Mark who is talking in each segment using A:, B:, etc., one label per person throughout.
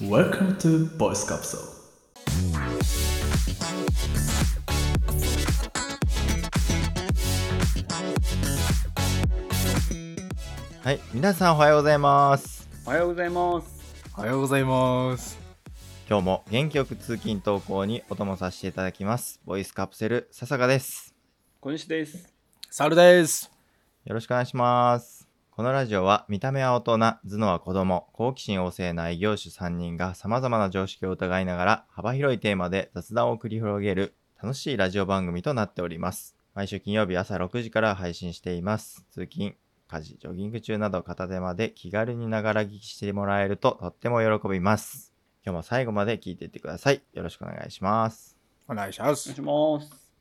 A: Welcome to Voice Capsule.
B: はい、皆さんおはようございます。
C: おはようございます。
D: おはようございます。
B: 今日も元気よく通勤投稿にお供させていただきます。ボイスカプセル笹香です。
C: 小西です。
D: サルです。
B: よろしくお願いします。このラジオは見た目は大人、頭脳は子供、好奇心旺盛な異業種3人が様々な常識を疑いながら幅広いテーマで雑談を繰り広げる楽しいラジオ番組となっております。毎週金曜日朝6時から配信しています。通勤、家事、ジョギング中など片手間で気軽にながら聞きしてもらえるととっても喜びます。今日も最後まで聞いていってください。よろしくお願いします。
D: お願いしま
C: お願
D: す。
C: いします。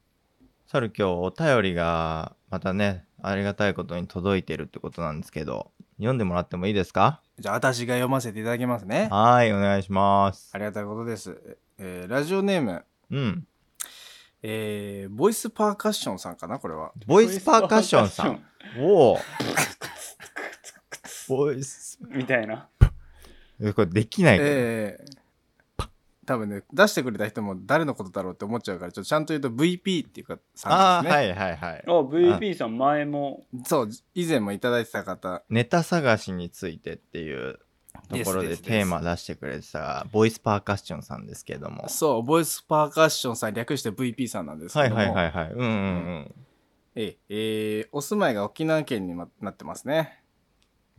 B: サル今日お便りがまたねありがたいことに届いてるってことなんですけど読んでもらってもいいですか
D: じゃあ私が読ませていただきますね。
B: はーいお願いします
D: ありがたいことです。えーラジオネーム、
B: うん
D: えーボイスパーカッションさんかなこれは。
B: ボイスパーカッションさ
C: ボイ
B: ん
C: スパーカッ
B: お おボイス
C: ション。みたいな。
B: えこれできない、
D: えー多分ね出してくれた人も誰のことだろうって思っちゃうからちょっとちゃんと言うと VP っていうかさ
B: あ
D: ん
B: あ
D: ですね、
B: はいはいはい
C: あ、VP さん前も。
D: そう以前もいただいてた方
B: ネタ探しについてっていうところ
D: で
B: です
D: です
B: テーマ出してくれてたボイスパーカッションさんですけども
D: そうボイスパーカッションさん略して VP さんなんです
B: は
D: け
B: い
D: ども、
B: はいはいはいうんうんうん
D: えええーお住まいが沖縄県にまなってますね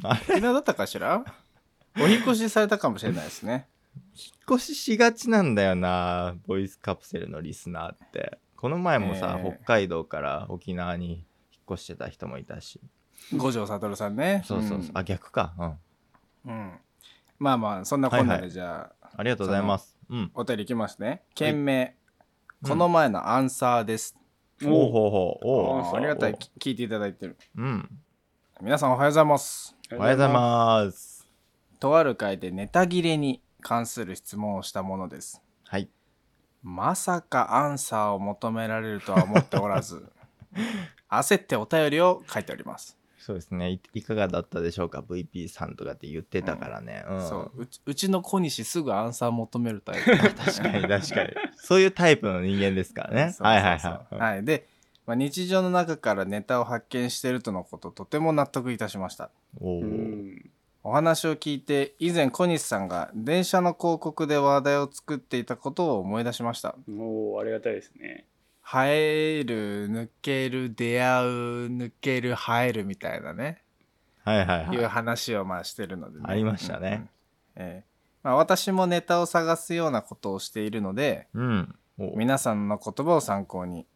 B: あれ
D: 沖縄だったかしらお引越しされたかもしれないですね
B: 引っ越ししがちなんだよなボイスカプセルのリスナーってこの前もさ、
D: ええ
B: 北海道から沖縄に引っ越してた人もいたし
D: 五条悟さんね
B: そうそうそう、
D: ん
B: あ逆かうん
D: うんまあまあそんなこんなでじゃあ、
B: ありがとうございますうん
D: お便りいきますね件名、この前のアンサーです、
B: おおほうほうお
C: アン
B: う
C: サ
D: あ
C: ー
D: ありがたい
B: お
D: き聞いていただいてる
B: うん
D: 皆さんおはようございます
C: お
B: おはようござい
C: す。
B: ます
D: とある回でネタ切れに関する質問をしたものです
B: はい
D: まさかアンサーを求められるとは思ってお らず焦ってお便りを書いております
B: そうですねいいかがだったでしょうか VP さんとかって言ってたからね、うん
D: そううちうちの小西すぐアンサー求めるタイプ確
B: 確かに確かに そういうタイプの人間ですからねはいはいはい、うん
D: はいで、まあ、日常の中からネタを発見しているとのこととても納得いたしました
B: おお、
C: うん。
D: お話を聞いて以前小西さんが電車の広告で話題を作っていたことを思い出しました
C: おーありがたいですね。
D: 生える抜ける出会う抜ける生えるみたいなね
B: はいはいはい
D: いう話をまあしてるのでね、
B: ありましたね
D: うんうん、ええまあ、私もネタを探すようなことをしているので
B: うんおう
D: 皆さんの言葉を参考に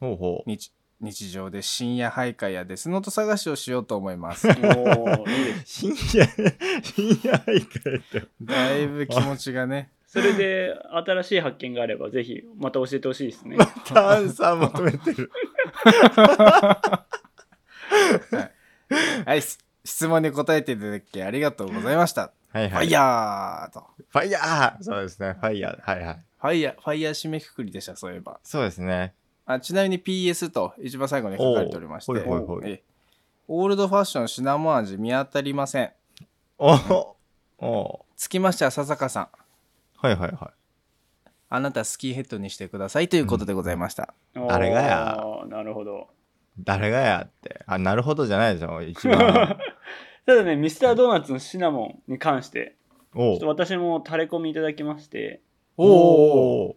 B: ほうほう
D: 日日常で深夜徘徊やデスノート探しをしようと思いま す
C: おーいいです。
B: 深夜、深夜徘徊って。
D: だいぶ気持ちがね
C: それで、新しい発見があれば、ぜひ、また教えてほしいですね。
B: アンサー求めてる。
D: はいす質問に答えていただきありがとうございました、
B: はい
D: ファイヤーと
B: ファイヤーそうですね、ファイヤー。はいはい。
D: ファイヤーファイヤー締めくくりでしたそういえば
B: そうですね。
D: あちなみに PS と一番最後に書かれておりまして
B: おうほいほいほい
D: ええオールドファッションシナモン味見当たりません
B: おお
D: つきましては笹香さん
B: はいはいは
D: あなたスキーヘッドにしてくださいということでございました、
C: おー
B: 誰がや
C: なるほど。
B: い。誰がやって。あ、なるほどじゃないでしょ、一 番。
C: ただね、ミスタードーナツのシナモンに関して、ちょ
B: お
C: っと私も垂れ込みいただきまして、
D: お
B: お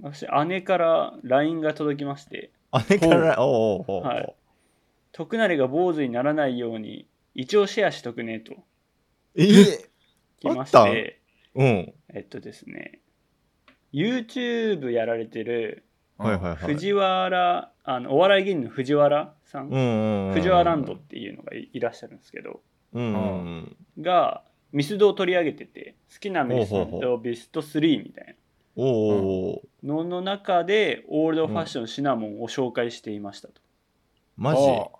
C: 私、姉から LINE が届きまして、
B: あれから、おうおうおう
C: はい徳成が坊主にならないように、一応シェアしとくねと、
B: え
C: 来まし
B: あった
C: て、
B: うん。
C: えっとですね YouTube やられてる
B: はいはいはい。
C: 藤原、あのお笑い芸人の藤原さ
B: う
C: ん、
B: んうんうん。
C: 藤原ランドっていうのがいいらっしゃるんですけど
B: うんうんうん。
C: がミスドを取り上げてて好きなミス
B: ほうほうほ
C: ドベスト3みたい
B: おうおうおう
C: なのの中でオールドファッションシナモンを紹介していましたと、
B: マジ
D: お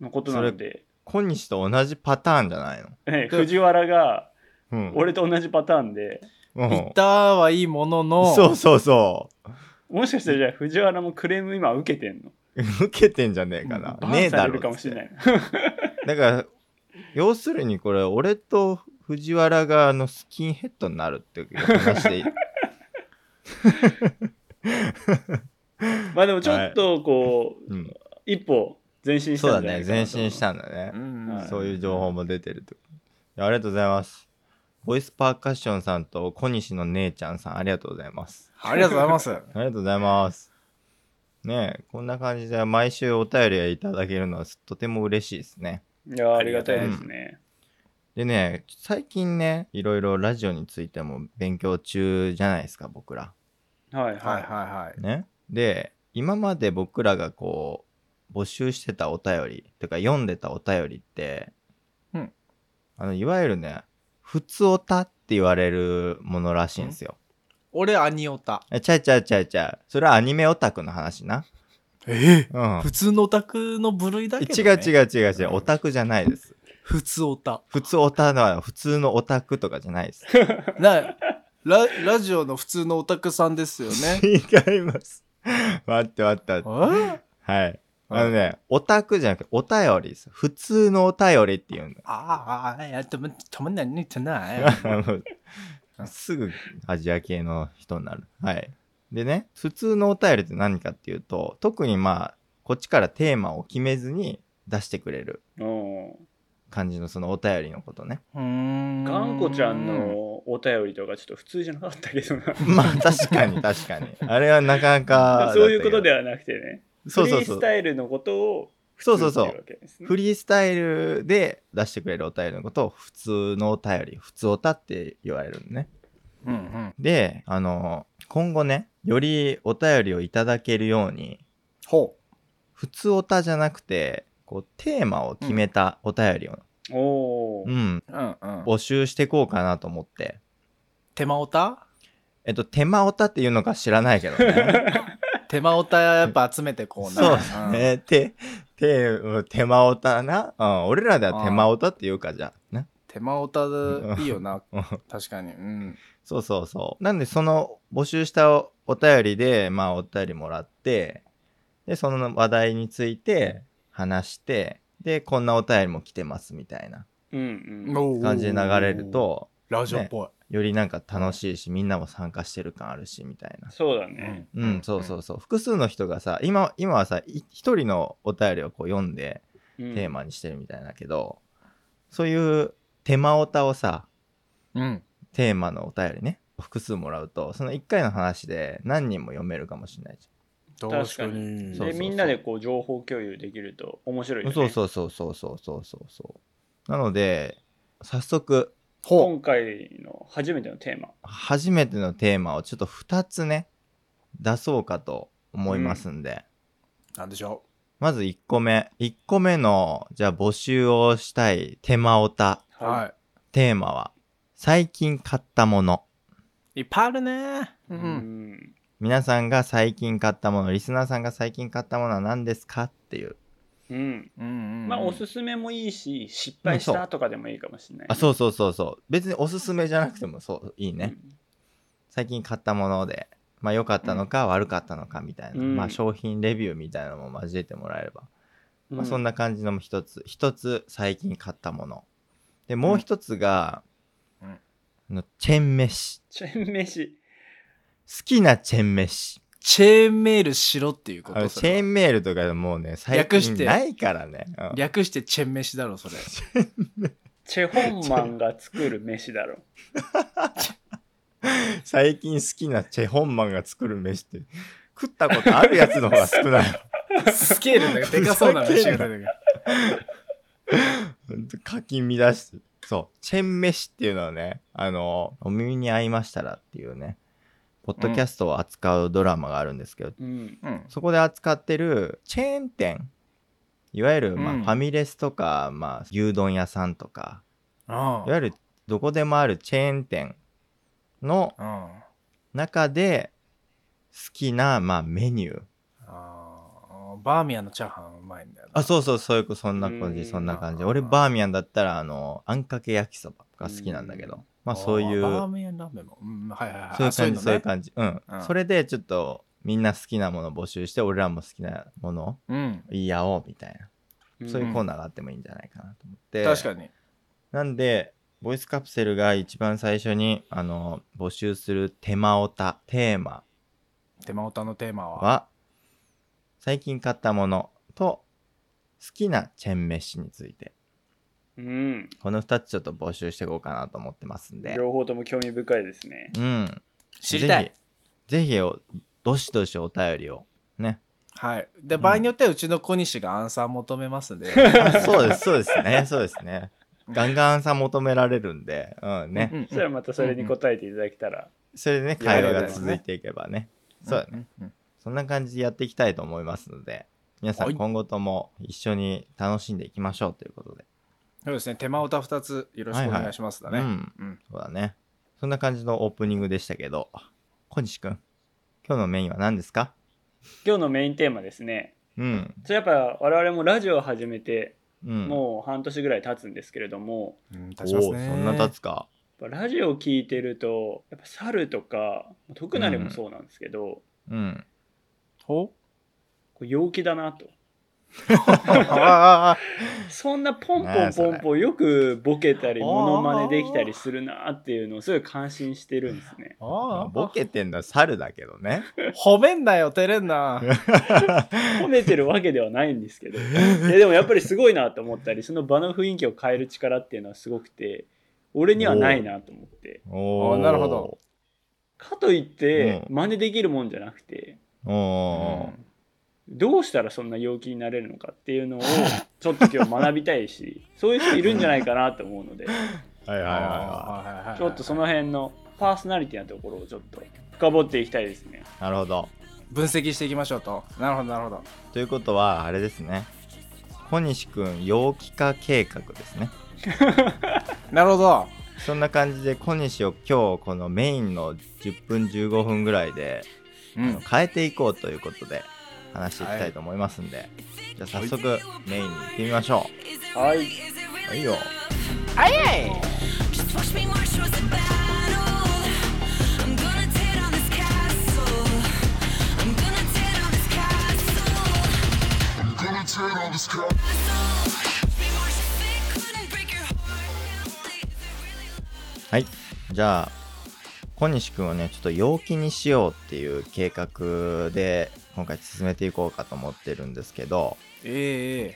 C: のことなので、
B: 今日と同じパターンじゃないの
C: ええ藤原が
B: うん。
C: 俺と同じパターンで
B: う
D: う行
B: ん
D: っ。たはいいものの
B: そうそうそう。
C: もしかしたらじゃあ藤原もクレーム今受けてんの
B: 受けてんじゃねえかな。
C: バ
B: ね
C: ン
B: え
C: さ
B: だ
C: れ
B: ろ
C: る
B: う
C: かもしれない
B: だから、要するにこれ、俺と藤原があのスキンヘッドになるって話で
C: まあでもちょっとこう、
B: うん
C: 一歩前進し
B: そう
C: た
B: だ
C: んじゃない
B: ね
C: か
B: 前
C: なと
B: 進したんだね、
D: うんうん
C: はい
B: そういう情報も出てると、いやありがとうございますボイスパーカッションさんと小西の姉ちゃんさんありがとうございます
D: ありがとうござ います。
B: ありがとうございますねえこんな感じで毎週お便りいただけるのはとても嬉しいですね
C: いやありがたいですね、
B: でね、最近ね、いろいろラジオについても勉強中じゃないですか、僕ら。
C: はいは
D: はいいはいはい。
B: ね。で、今まで僕らがこう、募集してたお便り、とか読んでたお便りって、
D: うん
B: あの、いわゆるね、普通おたって言われるものらしいんですよ。
D: 俺、アニオタ。
B: えちゃいちゃいちゃいちゃい。それはアニメオタクの話な。
D: え
B: うん。
D: 普通のオタクの部類だけ
B: 違
D: ど、
B: う
D: ね。
B: 違
D: う。
B: う違う違う。オタクじゃないです。
D: 普通オタ。
B: 普通オタのは普通のオタクとかじゃない です。
D: な、ラ、ラジオの普通のオタクさんですよ ね。
B: 違います。待って待って待って。
D: え
B: はい。あのね、オタクじゃなくて、お便りです。普通のお便りっていうんだ。
D: ああ、いや、でも、たまには似てない。
B: あの すぐアジア系の人になる。はい。でね、普通のお便りって何かっていうと、特にまあ、こっちからテーマを決めずに出してくれる
C: うん
B: 感じのそのお便りのことね。
D: うーん
C: がんこちゃん。のお便りとかちょっと普通じゃなかったけどな
B: まあ、確かに確かに。あれはなかなか。
C: そういうことではなくてね
B: そうそう
C: フリ
B: そ
C: ー
B: う
C: ス。タイルのことを
B: そうそうそう
C: 普通っていわけですね
B: フリースタイルで出してくれるお便りのことを普通のお便り、普通おたって言われるのね。
D: うんうん。
B: で、あの、今後ね、よりお便りをいただけるように、
D: ほ
B: 普通おたじゃなくて、こう、テーマを決めたお便りを、
C: おお、
B: うん、
D: う。うんうん。
B: 募集していこうかなと思って。
D: 手間オタ
B: えっと、手間おたっていうのか知らないけど ね。
D: 手間オタやっぱ集めてこうな。
B: そうだね。手、手、うん手間おたな。うん、俺らでは手間おたっていうかじゃあ、な。
D: 手間オタでいいよな
B: うん。
D: 確かに。うん。
B: そうそうそう。なんで、その募集したおお便りで、まあ、お便りもらって、で、その話題について話して、で、こんなお便りも来てますみたいな
C: うんうん
B: 感じで流れる。と、
D: ラジオっぽい。
B: よりなんか楽しいし、みんなも参加してる感あるし、みたいな。
C: そうだね、
B: うん、そうそうそう。複数の人がさ、今、今はさ、い一人のお便りをこう読んで、
C: うん
B: テーマにしてるみたいだけど、そういう手間おたをさ、
D: うん。
B: テーマのお便りね複数もらうとその1回の話で何人も読めるかもしれないじ
D: 確かに。
C: で
B: そうそうそう
C: みんなでこう情報共有できると面白
B: ゃ
C: い
B: ん、
C: よね
B: そうそうそうそうそうそうそうそうなので早速
D: ほう。
C: 今回の初めてのテーマ
B: 初めてのテーマをちょっと2つね出そうかと思いますんで、
D: なんでしょ
B: まず1個目1個目のじゃあ募集をしたい手間おた
D: う。は
B: テーマは最近買ったもの
D: い。いっぱいあるね。う。
C: うんん
B: 皆さんが最近買ったものリスナーさんが最近買ったものは何ですかっていう
C: うん
D: うんうん。
C: まあおすすめもいいし失敗し
B: うんそ
C: たとかでもいいかもしれない、
B: あそうそうそうそう別におすすめじゃなくてもそういいね、最近買ったもので、まあ、良かったのか悪かったのかみたいな、
C: うん
B: まあ、商品レビューみたいなのも交えてもらえれば、
C: うん、
B: まあ、そん
C: な
B: な感じのも一つ一つ最近買ったものでもう一つが、
D: うん
B: あのチェーン飯
C: チェーン飯
B: 好きなチェーン飯
D: チェーンメールしろっていうこ
B: あの
D: と。
B: チ
D: それ
B: ェ
D: は
B: ーンメールとかもうね最
D: 略し
B: 近
D: て
B: ないからね、うん
D: 略してチェン飯だろ、それ。
C: チェホンマンが作る飯だろ
B: 最近好きなチェホンマンが作る飯 って食ったことあるやつの方が少ない
D: スケールがでかそうな飯が出てくる。
B: ほんとかき乱してそうチェーン飯っていうのはねあの「お耳に合いましたら」っていうねポッドキャストを扱うドラマがあるんですけど、
C: うん
D: うん。
B: そこで扱ってるチェーン店いわゆる、まあ
D: うん
B: ファミレスとか、まあ、牛丼屋さんとか
D: あ
B: いわゆるどこでもあるチェーン店の
D: あ。うん。あ
B: 中で好きな、まあ、メニュー
D: あ。バーミヤンのチャーハンうまいんだよな。
B: あ、そうそう、そういうこ、そんな感
C: う
B: じ、
C: ん
B: そんな感じ。
D: あー
B: 俺、バーミヤンだったら、あの、あんかけ焼きそばが好きなんだけ
C: う
B: ど
C: ん、
B: まあ、そういう、
D: バーミヤンラーメンも。うん、はいはいはい。
B: そういう感じ、そうい
D: あ
B: う
D: のね
B: 感じ。うん
D: う。ん
B: それで、ちょっと、みんな好きなもの募集して、俺らも好きなものを
D: うん。
B: 言い合おうみたいな、そういうコー
C: こ
B: ナーがあってもいいんじゃないかなと思って。
D: 確かに。
B: なんで、ボイスカプセルが一番最初にあの募集する手間おたテーマ
D: 手間歌のテーマは
B: は最近買ったものと好きなチェーン飯について
C: うん。
B: この2つちょっと募集していこうかなと思ってますんで
C: 両方とも興味深いですね。
B: うん
D: 知りたい。
B: ぜひぜひおどしどしお便りをね
D: はい。で、
B: ん
D: 場合によってはうちの小西がアンサー求めますん で。
B: あそうですそうですねそうですねガンガンさ求められるんでうんね、
D: うん
C: そしたらまたそれに答えていただけたら。
B: それでね会話が続いていけばねそうだね、
D: ね。うん
B: そんな感じでやっていきたいと思いますので、皆さ
D: は
B: ん
D: い
B: 今後とも一緒に楽しんでいきましょうということで。
D: そうですね。手間歌2つよろしくお願いしますだ
B: う
D: ね。
B: ん、
D: うん
B: そうだね。そんな感じのオープニングでしたけど、小西くん、今日のメインは何ですか
C: 今日のメインテーマですね。
B: うん、
C: それやっぱ我々もラジオを始めて
B: うん。
C: もう半年ぐらい経つんですけれども、
D: うん
B: お
D: 立
B: ー
D: ちますね
B: そんな経つか。
C: やっぱラジオを聞いてると、やっぱ猿とか、徳成もそうなんですけど、
B: うん。
C: こ
D: ほ
C: う陽気だなと。
B: ああ、
C: そんなポン
B: ね
C: ポ
B: え
C: ン
B: それ
C: ポンポンよくボケたり
D: あー
C: モノマネできたりするなっていうのをすごい感心してるんですね。
D: ああ。
B: ボケてんのは猿だけどね。
D: 褒めんなよ、照れんな。
C: 褒めてるわけではないんですけどいやでもやっぱりすごいなと思ったりその場の雰囲気を変える力っていうのはすごくて俺にはないなと思って
B: お
D: あーなるほど。
C: かといって
B: うん
C: 真似できるもんじゃなくて
B: おー
C: どうしたらそんな陽気になれるのかっていうのをちょっと今日学びたいしそういう人いるんじゃないかなと思うので
B: はいはいはいは
D: あー
C: ちょっとその辺のパーソナリティなところをちょっと深掘っていきたいですね。
B: い。なるほど。
D: 分析していきましょうと。なるほど、なるほど。
B: ということは、あれですね。小西くん、陽気化計画ですね。
D: なるほど。
B: そんな感じで小西を今日このメインの10分15分ぐらいで
D: うん。
B: 変えていこうということで話していきたいと思いますんで、じゃあ早速メインに行ってみましょ
C: はい、
B: うはいよはいじゃあ小西くんをねちょっと陽気にしようっていう計画で今回進めていこうかと思ってるんですけど
D: え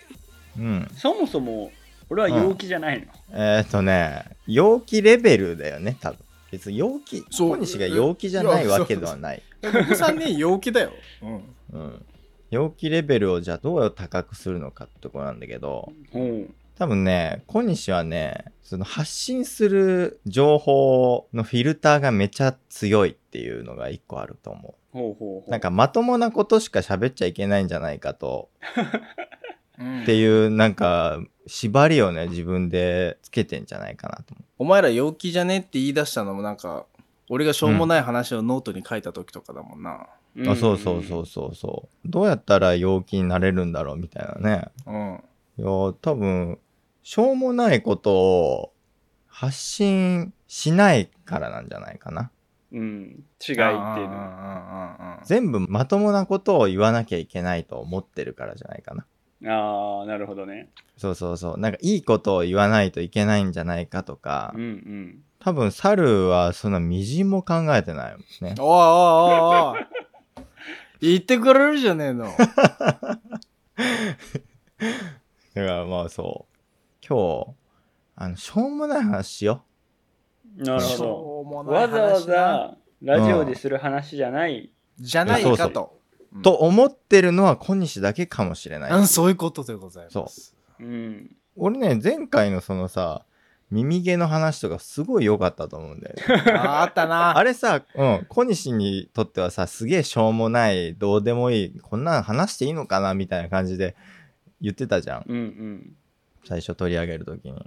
D: え
B: うん
C: そもそも俺は陽気じゃないの。
B: えっ、ー、とね陽気レベルだよね多分別に陽気
D: そう
B: 小西が陽気じゃないわけではない
D: ええ。お子さんに陽気だよ。うん。
B: うん、陽気レベルをじゃあどう高くするのかってとこなんだけど
C: うん
B: 多分ね小西はねその発信する情報のフィルターがめちゃ強いっていうのが一個あると思
C: ほうほうほ
B: う
C: う
B: なんかまともなことしか喋っちゃいけないんじゃないかと
D: うん
B: っていうなんか縛りをね自分でつけてんじゃないかなと思
D: お前ら陽気じゃねって言い出したのもなんか、俺がしょうもない話をノートに書いた時とかだもんな。
B: う、あそうそうそううそうそうどうやったら陽気になれるんだろうみたいなね
D: う
B: い
D: ん。
B: やー多分しょうもないことを発信しないからなんじゃないかな
C: うん、うん、違いっていうの
D: あー
C: は
D: あーあーあー
B: 全部まともなことを言わなきゃいけないと思ってるからじゃないかな
C: ああなるほどね
B: そうそうそうなんかいいことを言わないといけないんじゃないかとか
C: うんうん
B: 多分猿はそのみじんも考えてないもんね
D: おいおいおいおい。言ってくれるじゃねえの。
B: だからまあそう今日あのしょうもない話しよ
C: なる
D: し
C: ほ
D: ょうも
C: ど
D: ない
C: わ
D: 話
C: ざ
D: な
C: わざラジオでする話じゃない、
D: じゃないかと。
B: そううと思ってるのは小西だけかもしれない
D: うん、そういうことでござい
B: そ
D: ま
B: う
D: す。
C: うん、
B: 俺ね前回のそのさ耳毛の話とかすごい良かったと思うんだよね
D: ああったな。
B: あれさ、うん、小西にとってはさすげえしょうもないどうでもいいこんなん話していいのかなみたいな感じで言ってたじゃん
C: うんうん
B: 最初取り上げる時に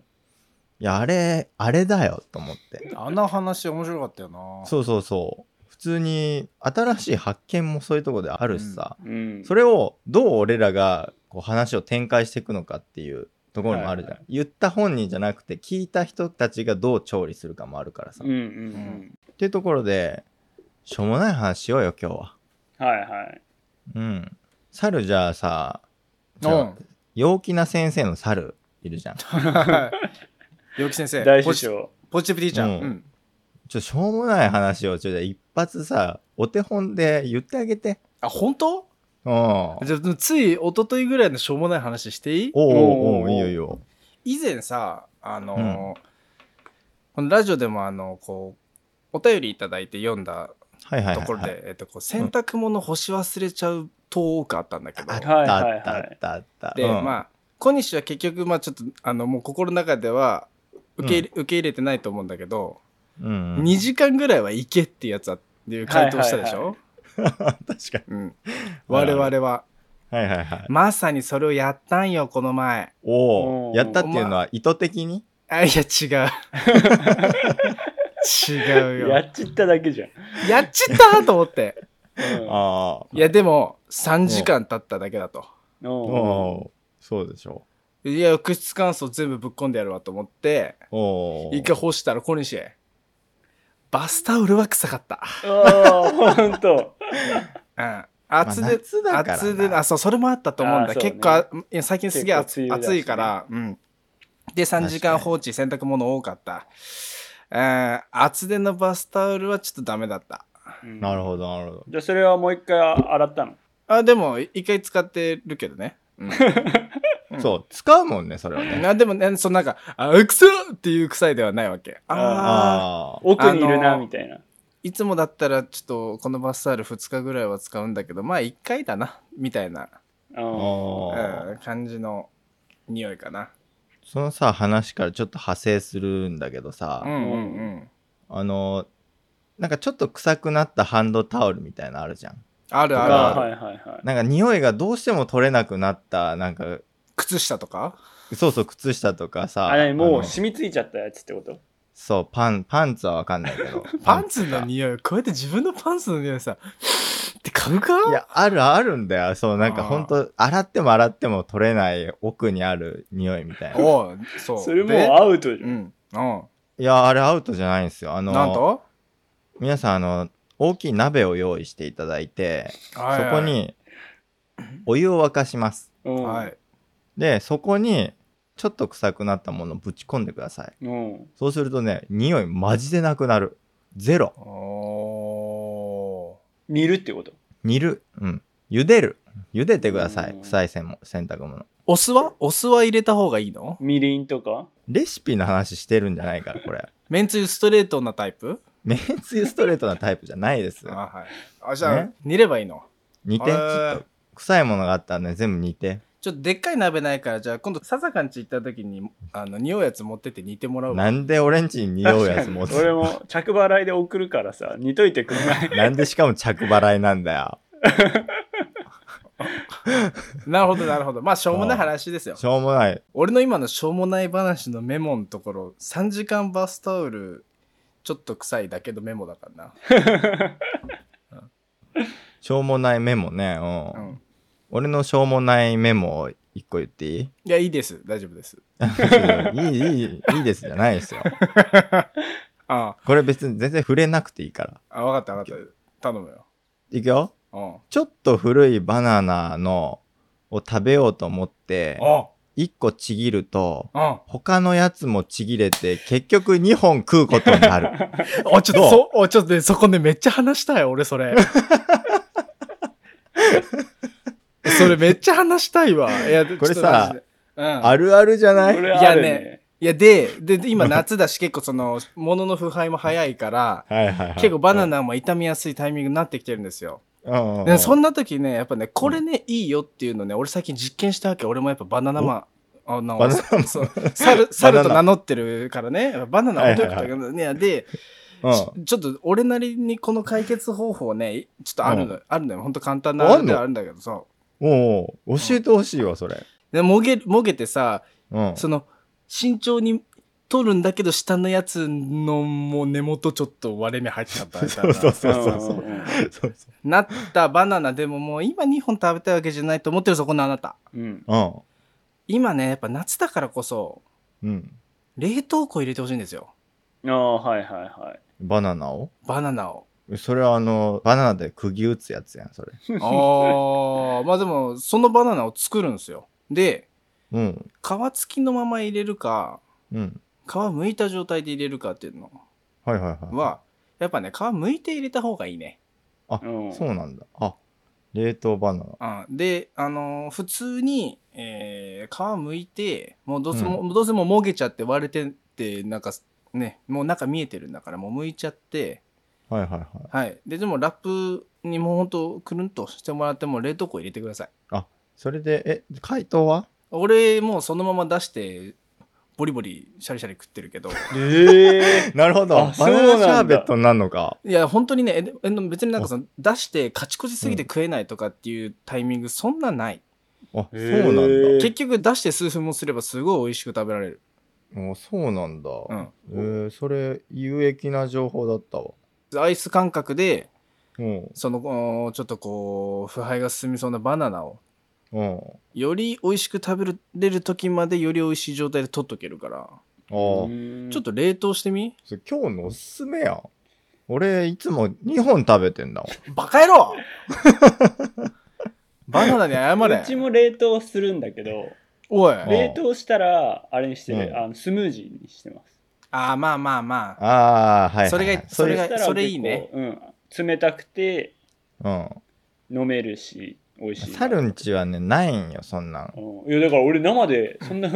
B: いやあれあれだよと思って
D: あの話面白かったよな。
B: そうそうそう普通に新しい発見もそういうとこであるしさ、
C: うん
B: それをどう俺らがこう話を展開していくのかっていうところもあるじゃん、
C: は
B: 言った本人じゃなくて聞いた人たちがどう調理するかもあるからさ、
C: うんう
B: っ
C: ん
B: ていうところでしょうもない話しようよ今日は
C: うんはいはい
B: うん猿じゃあさじ
D: う
B: ゃあ
D: ん。
B: 陽気な先生の猿いるじゃん
D: はい陽気先生
C: 大
D: ポ
C: 師
D: ジ
C: 匠。
D: ポジティブティーチャー、
B: うん
D: うん
B: ちょ、しょうもない話を、ちょ、じゃあ一発さ、お手本で言ってあげて。
D: あ本当
B: うん。おう
D: じゃあつい一昨日ぐらいのしょうもない話していい
B: おうおういいよいいよ。
D: 以前さあのーこのラジオでもあのこうお便りいただいて読んだ
B: はいはいはい、はい。
D: ところで、えっと、こう洗濯物干し忘れちゃうトークあったんだけど、
B: あっ
C: はい
B: た
C: はい
B: あ
C: はい
B: ったあったあった。
D: で、
B: うん
D: まあ小西は結局まあちょっとあのもう心の中では受け入れ,、受け入れてないと思うんだけど、
B: うんうん、
D: 2時間ぐらいは行けっていうやつだっていう回答したでし
C: はいはい
D: ょ、
B: 確かに。
D: うん、我々は
B: はいはいはい。
D: まさにそれをやったんよこの前
B: お
C: う
B: お、
C: ん
B: やったっていうのは意図的に
D: あいや違 う違うよ
C: やっちっただけじゃん。
D: やっちったと思って
C: うん
B: ああ。
D: いやでも3時間経っただけだと
B: お
C: うん
B: おー、そうでしょ
D: いや浴室乾燥全部ぶっ込んでやるわと思って
B: う。おお。
D: 一回干したら小西バスタオルは臭かった
C: ああ、ほんと。
D: うん厚
B: まあ
D: 手、
B: 夏だからな
D: 厚手あそうそれもあったと思うんだ、
C: あーそうね
D: 結構あいや最近すげえ暑
C: 結構梅雨だし
D: 暑いから、うん、で3時間放置洗濯物多かったうん厚手のバスタオルはちょっとダメだった
B: なる
C: ど。
B: ほど、なるほど。
C: じゃあそれはもう一回洗ったの
D: あでも一回使ってるけどね、うん、うん
B: そう、使うもんね、それはね。
D: なでもねそのなんか「あくそ!」っていう臭いではないわけああ
B: あ
C: 奥にいる
D: あ
C: な、
D: のー
C: みたいな。
D: いつもだったらちょっとこのバスタオル2日ぐらいは使うんだけどまあ1回だなみたいな、
C: う
B: あ。
C: ん
B: おー
D: うん、感じの匂いかな
B: そのさ、話からちょっと派生するんだけどさ、
D: うんうんうん
B: あの、なんかちょっと臭くなったハンドタオルみたいなのあるじゃん。
D: あるあるあ
C: あ
D: る、
C: ーはいはいはい。
B: なんか匂いがどうしても取れなくなった、なんか、
D: 靴下とか。
B: そうそう、靴下とかさ、
C: あれも
B: あの
C: う染みついちゃったやつってこと
B: そう、パン、パンツはわかんないけ ど
D: パンツの匂いこうやって自分のパンツの匂いさって買うか
B: いや、あるあるんだよ。そう、なんか
D: あー
B: ほんと、洗っても洗っても取れない奥にある匂いみたいな。い
D: おうそう
C: それもう
D: で
C: アウトじゃ。
D: うんんうん
B: や、あれアウトじゃないんですよ。あ
D: なん
B: の、
D: と
B: 皆さん、あの、大きい鍋を用意していただいて、
D: そ
B: そこにお湯を沸かします。
C: うん
D: はい
B: で、そこに、ちょっと臭くなったものをぶち込んでください。
C: うん。
B: そうするとね、匂いマジでなくなる。ゼロ。
D: おー
C: 煮るってこと
B: 煮る。うん。茹でる。茹でてください。
C: うん
B: 臭い洗も洗濯物。
D: お酢はお酢は入れた方がいいの
C: みりんとか
B: レシピの話してるんじゃないから、これ。
D: めんつゆストレートなタイプ
B: めんつゆストレートなタイプじゃないです
D: あ。はいあじゃあ、
B: ね
D: 煮ればいいの
B: 煮て、
D: へ
B: ち
D: ー
B: ょっと臭いものがあったんで全部煮て。
D: ちょっとでっかい鍋ないからじゃあ今度ささかんち行った時にあの匂うやつ持ってって煮てもらうわ
B: なんでオレンジに匂うやつ持つ
C: 俺も着払いで送るからさ、煮といてくん ない
B: なんでしかも着払いなんだよ。
D: なるほどなるほどまあしょうもない話ですよ
B: しょうもない。
D: 俺の今のしょうもない話のメモのところ3時間バスタオルちょっと臭いだけどメモだから
B: しょうもないメモね。う。
D: な、うんん、
B: 俺のしょうもないメモを一個言ってい い
D: いやいいです大丈夫です
B: いい、いい、いいですじゃないですよ。
D: あ
B: これ別に全然触れなくていいから。
D: ああ分かった分かった頼むよ
B: いくよ。
D: うん
B: ちょっと古いバナナのを食べようと思って、一個ちぎると、
D: うんうん
B: 他のやつもちぎれて、結局2本食うことにな る。
D: おちょっ
B: ど
D: と
B: う
D: そおちょっとねそこねめっちゃ話したい俺そ れそれめっちゃ話したいわいや
B: これさ、
D: ちょっとマジでうん、
B: あるあるじゃない
C: これあるね。
D: いやででで今夏だし結構その物の腐敗も早いから
B: はいはいはい、
D: 結構バナナも傷みやすいタイミングになってきてるんですよ。
B: うんうんうん
D: でそんな時ねやっぱねこれねいいよっていうのね俺最近実験したわけ俺もやっぱバナナマンあの
B: バナナマン
D: そう猿猿
B: バ
D: と
B: ナナ
D: 名乗ってるからねやっぱバナナ置いとくと
B: はいは
D: ねで
B: うん
D: ちちょっと俺なりにこの解決方法ねちょっとあるの、あるのよほんと簡単な
B: あんの
D: あれではあるんだけどさ
B: もう教えてほしいわそれ、
D: でもげもげてさ
B: うん、
D: その慎重に取るんだけど下のやつのもう根元ちょっと割れ目入っちゃったみた い
B: そうそ
D: な
B: うそうそうそう
C: うんうん
B: そうそ
D: なったバナナでももう今2本食べたいわけじゃないと思ってるそこのあなた
C: うん。
B: う
D: 今ねやっぱ夏だからこそ
B: うんうん
D: 冷凍庫入れてほしいんですよ
C: ああ、はいはいはい。
B: バナナを
D: バナナを
B: それはあのバナナで釘打つやつやんそれ
D: あーまあでもそのバナナを作るんですよで
B: うん
D: 皮付きのまま入れるか
B: うん
D: 皮皮剥いた状態で入れるかっていうの
B: はいはいはい。
D: は、やっぱね、皮剥いて入れた方がいいね。
B: あ、
C: うん
B: そうなんだ。あ、冷凍バナナ。
D: うん、で、あのー普通に、えー皮剥いて、もうどうせも、どうせもうもげちゃって割れてって、なんかね、もう中見えてるんだから、もう剥いちゃって、
B: はいはいはい。
D: はい。で、でもラップにもうほんとくるんとしてもらって、もう冷凍庫入れてください。
B: それで、え、解凍は
D: 俺、もうそのまま出して、ボリボリシャリシャリ食ってるけど、
C: ええ
B: なるほど。
C: あ
B: バナナ
C: そうな
B: シ
C: ん
B: ャ
C: だ
B: ーベットになるのか。
D: いや、本当にね、えでえでも別になんかその出してカチコチすぎて食えないとかっていうタイミング、そんなない。
B: あ、そう
C: へー
B: なん
C: え
D: 結局出して数分もすればすごい美味しく食べられる。
B: だ。あ、そうなんだ。
D: うん。
B: えー、それ、有益な情報だったわ。
D: アイス感覚で、
B: うん。
D: その、おーちょっとこう、腐敗が進みそうなバナナを、
B: うん。
D: より美味しく食べれる時までより美味しい状態で取っとけるから、
B: あー、
D: ちょっと冷凍してみ
B: それ今日のおすすめやん。俺、いつも2本食べてんだもん。
D: バカ野郎バナナに謝
C: う
D: れ
C: ちも冷凍するんだけど
D: おい
B: あ
D: あ
C: 冷凍したらあれにして
B: うん
C: るあのスムージーにしてます
D: あーまあまあまあ
B: ああ、はいはいはい。
D: それが
B: そういう
D: れが
C: したら
D: それいいね
C: 結構うん冷たくて
B: うん。
C: 飲めるし美味しい
B: サルンチはね、ないんよ、そんなん。
C: うんいやだから俺生でそんな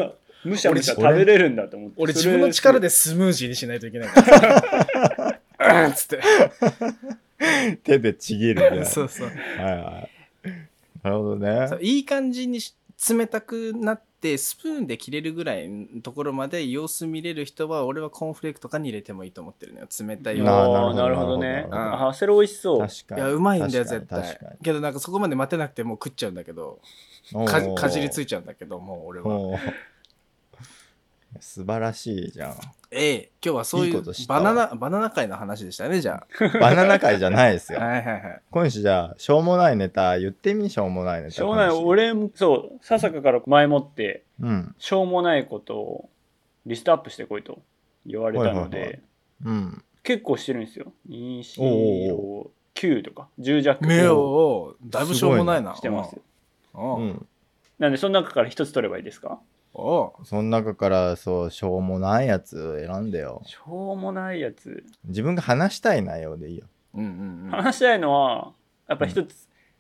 C: むしゃむしゃ食べれるんだと思って
D: 俺
C: そ
D: 自
C: れ
D: 分の力でスムージーにしないといけない から。うんっつって。
B: 手でちぎるね。
D: そうそう。
B: はいはい。なるほどね。
D: そういい感じにし冷たくなって、スプーンで切れるぐらいのところまで様子見れる人は、俺はコーンフレークとかに入れてもいいと思ってるのよ。冷たいよ。
B: なあ
C: ああ
B: な
C: な
B: る
C: る
B: ほ
C: ほ
B: ど
C: どね
D: なるほど
C: あそれ美味しそう
B: 確か
D: い
B: に。
D: や、うまいんだよ、
B: 確
D: 絶
B: かに確
D: 対
B: かに。
D: けど、なんかそこまで待てなくてもう食っちゃうんだけど、
B: おー
D: かかじりついちゃうんだけど、もう俺は。
B: おー素晴らしいじゃん。
D: ええ、今日はそうい
B: いいうこと知った
D: バナナ、バナナ界の話でしたね、じゃ
B: バナナ会じゃないです
D: あ。
B: よ。
D: はいはいはい。
B: 今週じゃあ、しょうもないネタ言ってみ、しょうもないネタ。
C: しょうもない
B: 話
C: 俺もそう笹香から前もって
B: うん。
C: しょうもないことをリストアップしてこいと言われたので、
B: はいはいはうん。
C: 結構してるんですよ2
B: おうおう
C: 9とか10弱
D: 目を、だいぶしょうもないな。
C: してますよ
D: う
B: う
D: ん。うん
B: ん。
C: なんでその中から一つ取ればいいですか
D: おう
B: その中から、そう、しょうもないやつ選んでよ。
C: しょうもないやつ
B: 自分が話したい内容でいいよ。
D: うんうんうん。
C: 話したいのはやっぱ一つ、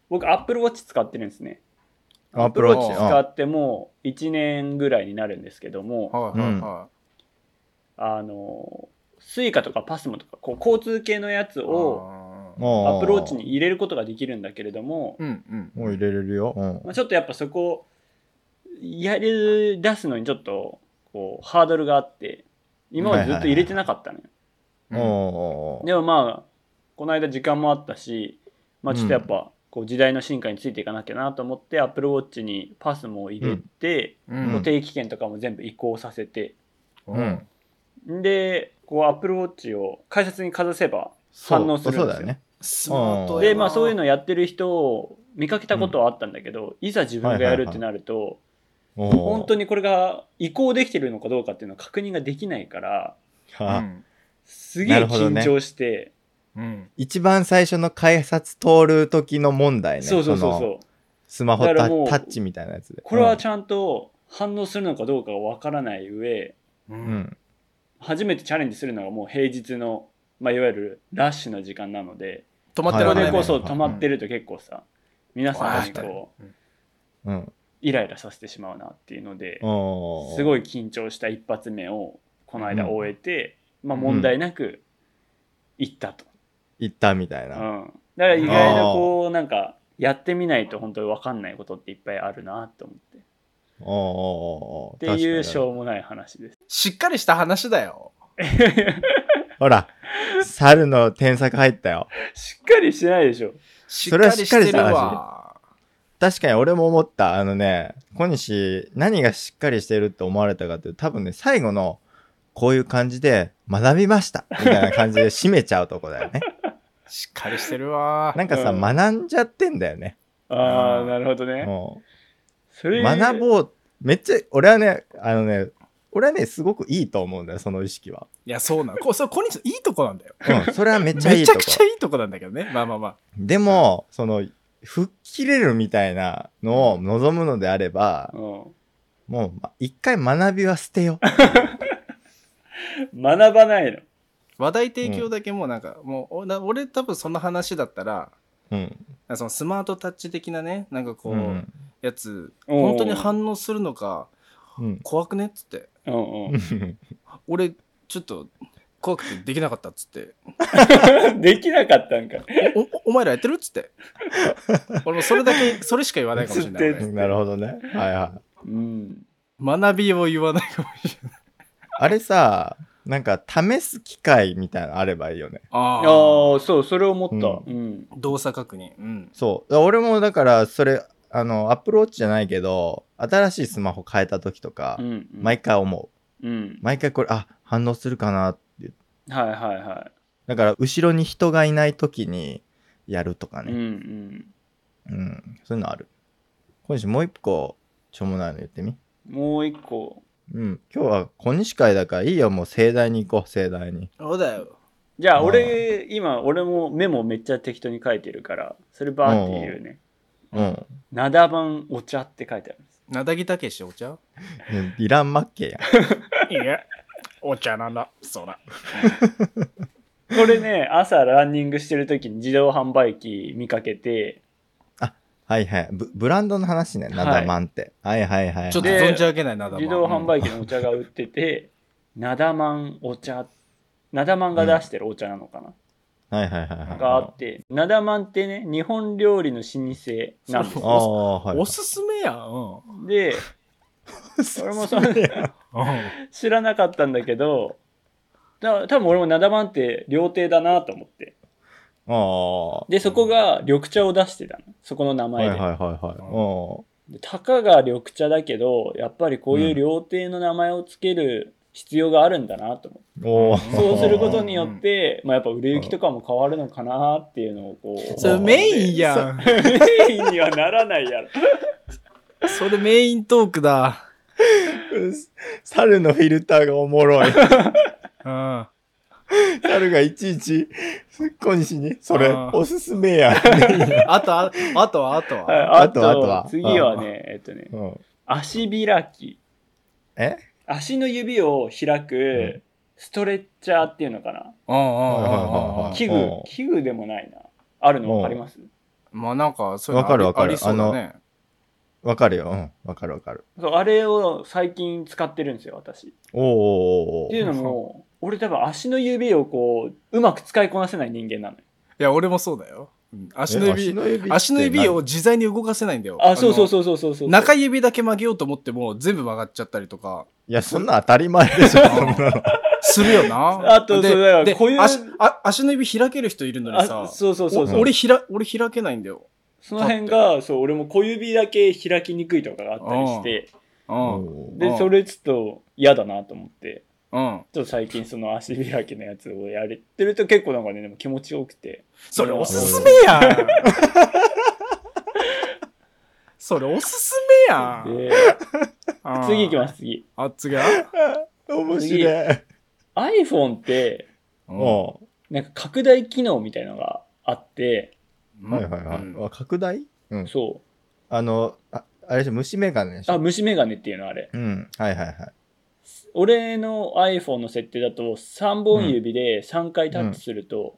C: 僕 AppleWatch 使ってるんですね
B: アプローチ。
D: ア
C: 使
B: うん
C: ってもう1年ぐらいになるんですけども、
D: はいはいは
C: あのスイカとかパスモとかこう交通系のやつ
D: い。
C: を
D: あー
B: おー
C: アプローチに入れることができるんだけれども、
D: うんうん。
B: もう入れれるよ。うん
C: まあ、ちょっとやっぱそこやり出すのにちょっとこうハードルがあって今までずっと入れてなかったのよ、
B: おーおーおー
C: でもまあこの間時間もあったし、まあ、ちょっとやっぱこう時代の進化についていかなきゃなと思って AppleWatch にパスも入れて、
D: う
C: こうん定期券とかも全部移行させて
D: うん
B: うん
C: でこう AppleWatch を改札にかざせば反応するんですよ
B: そうだよね。
D: スマートやな
C: でまあそういうのやってる人を見かけたことはあったんだけど、いざ自分がやるってなると、
B: お
C: 本当にこれが移行できてるのかどうかっていうのを確認ができないから
B: 当
D: うん
C: すげ
B: な
C: え
B: るほどね
C: 緊張して、
D: うん
B: 一番最初の改札通る時の問題ね。
C: そうそうそう
B: の
C: そう
B: スマホタ
C: だからもう
B: タッチみたいなやつで。
C: これはちゃんと反応するのかどうかがわからない上
D: う
B: うんん。
C: 初めてチャレンジするのがもう平日の、まあ、いわゆるラッシュの時間なので
D: 止まって
C: こ
D: ら
C: こ
D: れ
C: で
D: ないね
C: こそ止まってると結構さ皆さんにこう
B: うん。
C: イライラさせてしまうなっていうので。
B: おー
C: すごい緊張した一発目をこの間
B: うん
C: 終えて、まあ問題なく行ったと、
B: 行ったみたいうな。
C: んだから意外なこうなんかやってみないと本当に分かんないことっていっぱいあるなと思ってっ
B: おーお
C: ていうし
B: 証
C: ょうもない話です
D: しっかりした話だよ
B: ほら、猿の添削入ったよ。
C: しっかりしてないでしょ
D: し
B: それはしっかりした話
D: わ
B: 確かに俺も思った。あのね、小西、何がしっかりしてるって思われたかっていう多分ね、最後の、こういう感じで学びました。みたいな感じで締めちゃうとこだよ ね。
D: しっかりしてるわ
B: なんかさ、
C: うん
B: 学んじゃってんだよね。
C: あ
D: う
C: あ
D: ん
C: なるほどね
B: も
C: そうれ
B: 学ぼう。めっちゃ、俺はね、あのね、俺はね、すごくいいと思うんだよ、その意識は。
D: いやそうなのこそう小西さんいいとこなんだよ
B: うん、それはめっ
D: め
B: ちゃいい
D: ち
B: と
D: ゃ
B: こ
D: く。ちゃいいとこなんだけどねまあまあまあ
B: でも、その、吹っ切れるみたいなのを望むのであれば
C: う、ん
B: もう、ま一回学びは捨てよう。
C: 学ばないの。
D: 話題提供だけもうなんか、もうおな俺多分その話だったら
B: うん。
D: そのスマートタッチ的なねなんかこう、
B: うん。
D: やつ
C: うん
D: 本当に反応するのか
B: うん。
D: 怖くねっつって
C: うん
D: 俺ちょっと怖くてできなかったっつって
C: うん。できなかったんか。
D: おおお前らやってるっつって 俺もそれだけそれしか言わないかもしれない、
C: つっ
D: ね、
C: て
B: なるほどね。はいはい。
C: うん。
D: 学びを言わないかもしれない
B: あれさ、なんか試す機会みたいなのあればいいよね。
C: あ
D: あー
C: あ、そう、それ思った。
B: う
C: うん。
D: 動作確認うん
B: そう。俺もだから、それ、あの、アップローチじゃないけど、新しいスマホ変えた時とか、
C: うん。
B: 毎回思う。
C: うん。
B: 毎回これ、あ、反応するかなって。
C: はいはいは
B: だから、後ろに人がいない時にやるとか
C: い。うんう
B: ね。
C: ん。
B: うん。そういうのある。小西、もう一個、しょうもないの言ってみ。
C: もう一個。
B: うん。今日は小西会だからいいよ、もう盛大に行こう、盛大に。
D: そうだよ
C: じゃあ
B: うん
C: 俺、今、俺もメモめっちゃ適当に書いてるから、それバーって言うね。
B: うん。
C: なだばんお茶って書いてあるんです。
D: なだぎたけしお茶
B: ねディラン・マッケーやん。
D: いやお茶なんだそら
C: これ ね、朝ランニングしてる時に自動販売機見かけて、
B: はいはい。ブブランドの話ね、ナダマンって。はいはいはいはい。
D: ちょっと
C: で
D: 存じ上げないなだま
C: 自動販売機のお茶が売っ てて、なだまんお茶、なだまんが出してるお茶なのかな、
B: はいはいはいはい。
C: があって、なだまんってね、日本料理の老舗なんです
B: あ。あ、はい。
D: おすすめやん、
C: で、俺もその
D: うん、
C: 知らなかったんだけど、だ多分俺もなだまんって料亭だなと思って。
B: ああ。
C: で、そこが緑茶を出してたの。そこの名
B: はい
C: 前
B: はい
C: で。
B: はいはい。お
C: でたかが緑茶だけど、やっぱりこういう料亭の名前をつける必要があるんだなと思って。
B: おー。
C: そうすることによって、まあ、やっぱ売れ行きとかも変わるのかなっていうのをこう。
D: それメインやん
C: メインにはならないやろ。
D: それメイントークだ
B: 猿のフィルターがおもろい。
D: うん
B: 猿がいちいち、小西に、それ
D: あ、ー
B: おすすめやん。
D: あとあ、あとは、あとは。
C: あ
B: あとあとは
C: 次はね、えっとね、
B: うん
C: 足開き。
B: え
C: 足の指を開くストレッチャーっていうのかな。
B: んうんうんうん
C: 器具
B: うん、
C: 器具でもないな。あるの分かります
D: まあなんか、そういうの
B: わかる
D: あ
B: わ
D: り
B: かる
D: ありそうだね。
B: わかるよ。うん。わかるわかる。
C: そうあれを最近使ってるんですよ、私。っ
B: おーおーお
C: ていう
B: ー
C: のも、 俺多分足の指をこう、うまく使いこなせない人間なのよ。
D: いや、俺もそうだよ。うん足の
B: え足
D: 指、
B: の指
D: 足の
B: って
D: 指
B: 何
D: を自在に動かせないんだよ。
C: あ、そうそう
D: う。
C: そうそうそうそう。
D: 中指だけ曲げようと思っても全部曲がっちゃったりとか
B: いや、そんな当たり前でしょ、そんなの。
D: するよ な。
C: あと
D: で
C: そうだから
D: で
C: こういう
D: 足あ足の指開ける人いるのに
C: あ
D: さ、
C: そうそうそうそう
D: お俺ひら俺開けないんだよ。
C: その辺がそう俺も小指だけ開きにくいとかがあったりして
D: うん。
B: おー
D: う
C: で
D: ん
C: それちょっと嫌だなと思って
D: うん。
C: ちょっと最近その足開きのやつをやれてると結構なんかねでも気持ちよくて
D: それおすすめやん。 それおすすめやん。
C: で
D: うん
C: 次行きます。次
D: あ、次は
B: 面白い。
C: iPhone って
D: お
B: お
C: なんか拡大機能みたいのがあって
B: ーはいはいはい。あ拡大うん。
C: そ
B: あの、ああれでしょ、虫眼鏡でし
C: うあ
B: ょ。
C: 虫眼鏡っていうのあれ
B: うん。はいはいはい。
C: 俺の iPhone の設定だと3本指で3回タッチすると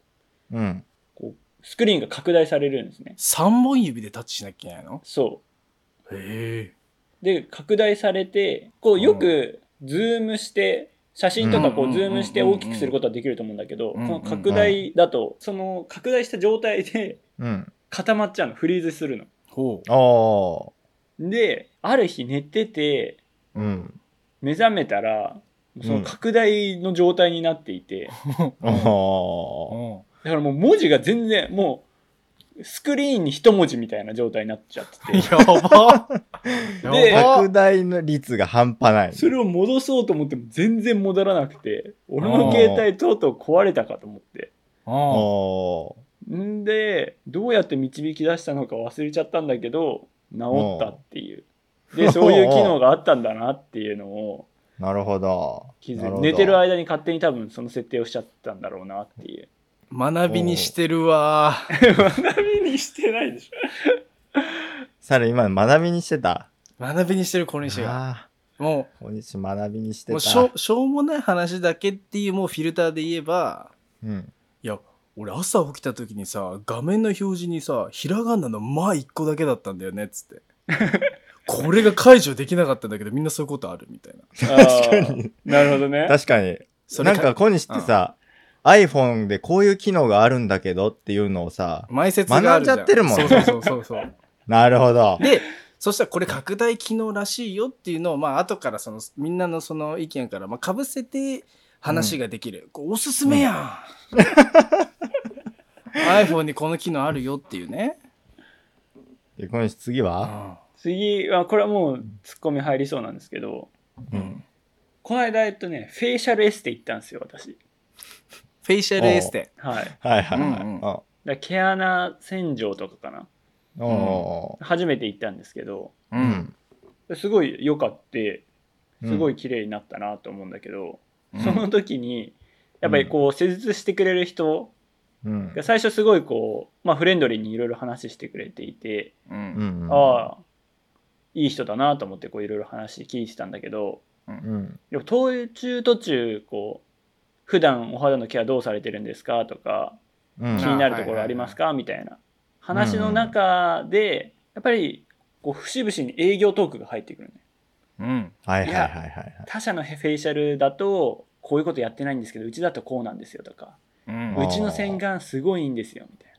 B: うん。
C: こうスクリーンが拡大されるんですね
D: 3本指でタッチしなきゃいけないの
C: そう
A: 네.
D: へ
C: で拡大されてこうよくズームして写真とかこ
D: う
C: うんズームして大きくすることはできると思うんだけどこ
D: うん
C: の拡大だとその拡大した状態で
B: うん。
C: 固まっちゃうのフリーズするの。
D: ほう。
B: ああ。
C: である日寝てて
B: うん。
C: 目覚めたらその拡大の状態になっていて
B: ああ。
C: だからもう文字が全然もうスクリーンに一文字みたいな状態になっちゃってて
D: や ば
C: で
B: 拡大の率が半端ない。
C: それを戻そうと思っても全然戻らなくて俺の携帯とうとう壊れたかと思って。
B: あ
D: あ
B: ー
C: んでどうやって導き出したのか忘れちゃったんだけど治ったっていう
B: お
C: で
B: う
C: そういう機能があったんだなっていうのを
B: なるほど。
C: 気
B: な
C: づ
B: ほど
C: 寝てる間に勝手に多分その設定をしちゃったんだろうなって いう
D: 学びにしてるわ。
C: 学びにしてないでしょ
B: 猿今学びにしてた。
D: 学びにしてる小西が。
B: あ
D: も
B: 小西学びにし
D: う
B: て
D: もう
B: た。
D: しょしょうもない話だけっていうもうフィルターで言えば
B: うん。
D: いや俺朝起きた時にさ画面の表示にさひらがなの「ま」1個だけだったんだよねっつって これが解除できなかったんだけどみんなそういうことあるみたいな
C: 確かに。なるほどね。
B: 確かに。
D: それ
B: なんか小西ってさ、iPhone でこういう機能があるんだけどっていうのをさ、
D: 前説があるじゃん
B: 学んじゃってるもん
D: そうそうそうそうそう
B: なるほど。
D: でそしたらこれ拡大機能らしいよっていうのをまあ後からそのみんなのその意見からまあ被せて話ができる、こうおすすめやん、iPhone にこの機能あるよっていうね、
B: で小西次
D: う
B: は、
D: ん
C: 次は、これはもうツッコミ入りそうなんですけど、
B: うん、
C: この間、えっとね、フェイシャルエステ行ったんですよ、私。
D: フェイシャルエステ
C: はい。だか
B: はいはいはい。
D: うんうん
B: あ
C: ら毛穴洗浄とかかな。
B: お
C: 初めて行ったんですけど、
D: う
B: ーうんん
C: すごい良かって、
B: うん
C: すごい綺麗になったなと思うんだけど、
D: うん
C: その時に、やっぱりこう、施術してくれる人
B: うん
C: が最初すごいこう、まあフレンドリーにいろいろ話してくれていて、
D: う
B: うんん
C: ああ、いい人だなと思ってこういろいろ話聞いてたんだけど、
B: うん
C: でも途中途中こう普段お肌のケアどうされてるんですかとか
B: うん
C: 気になるところありますかみたいな話の中でやっぱりこう節々に営業トークが入ってくるね
D: うん
B: はいはいはいはいはい。
C: 他社のフェイシャルだとこういうことやってないんですけどうちだとこうなんですよとか
D: うん
C: うちの洗顔すごいいいんですよみたい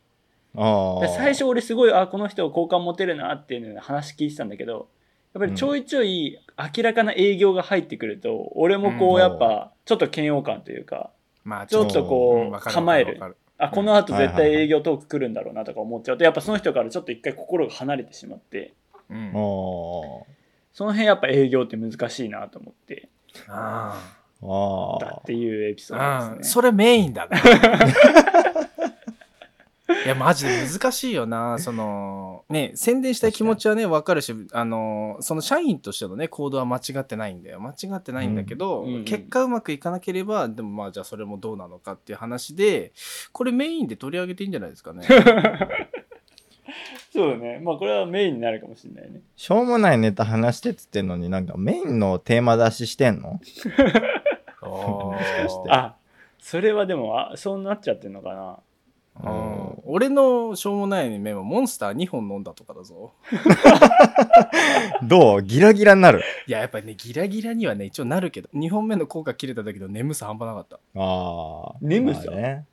B: あ
C: な
B: あ
C: で最初俺すごいあこの人好感持てるなっていうのを話聞いてたんだけどやっぱりちょいちょい明らかな営業が入ってくると俺もこ
B: う
C: うんやっぱちょっと嫌悪感というか
D: まあ
C: ちょっと
B: う
C: こう構えるあこの後絶
B: はいはい
C: 対
B: はい
C: 営業トーク来るんだろうなとか思っちゃうとやっぱその人からちょっと一回心が離れてしまって
D: うん
B: おお
C: その辺やっぱ営業って難しいなと思って
D: あ
B: あ
C: だっていうエピソー
D: あ、
C: ド
D: うん、
C: ですね。
D: それメイン だないやマジで難しいよなそのね宣伝したい気持ちはね分かるしあのその社員としてのね行動は間違ってないんだよ間違ってないんだけど、
C: うんうんうん
D: 結果うまくいかなければでもまあじゃあそれもどうなのかっていう話でこれメインで取り上げていいんじゃないですかね
C: そうだねまあこれはメインになるかもしれないね。
B: しょうもないネタ話してっつってんのになんかメインのテーマ出ししてんの
D: も
B: して
C: あそれはでもあそうなっちゃってるのかな。
D: うん、俺のしょうもないメモモンスター2本飲んだとかだぞ
B: どうギラギラになる
D: いややっぱりねギラギラにはね一応なるけど2本目の効果切れた時の眠さ半端なかった
B: ああ
C: 眠さ
B: ね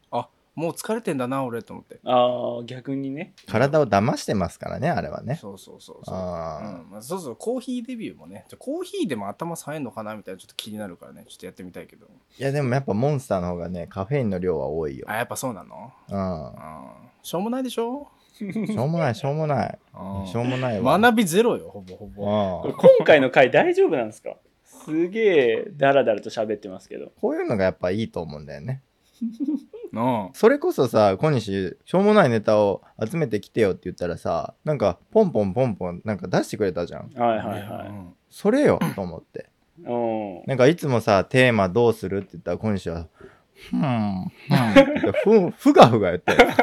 D: もう疲れてんだな俺と思って
C: ああ逆にね。
B: 体を騙してますからねあれはね
D: そうそうそうそう、う
B: あ
D: んまあ、そうそうコーヒーデビューもねじゃあコーヒーでも頭冴えんのかなみたいなちょっと気になるからねちょっとやってみたいけど
B: ーいやでもやっぱモンスターの方がねカフェインの量は多いよ
D: あやっぱそうなの
B: うん
D: うんしょうもないでしょ
B: しょうもないしょうもない
D: うん
B: しょうもないわ
D: 学びゼロよほぼほぼ
C: これ
B: うん
C: 今回の回大丈夫なんですかすげえダラダラと喋ってますけど。
B: こういうのがやっぱいいと思うんだよね
D: うん
B: それこそさ小西しょうもないネタを集めてきてよって言ったらさなんかポンポンポンポンなんか出してくれたじゃん
C: はいはい
D: い
C: は
B: それよと思って
C: い。うん
B: なんかいつもさテーマどうするって言ったら小西は「ふーんふーん」って言ってふふがふが言 ってるね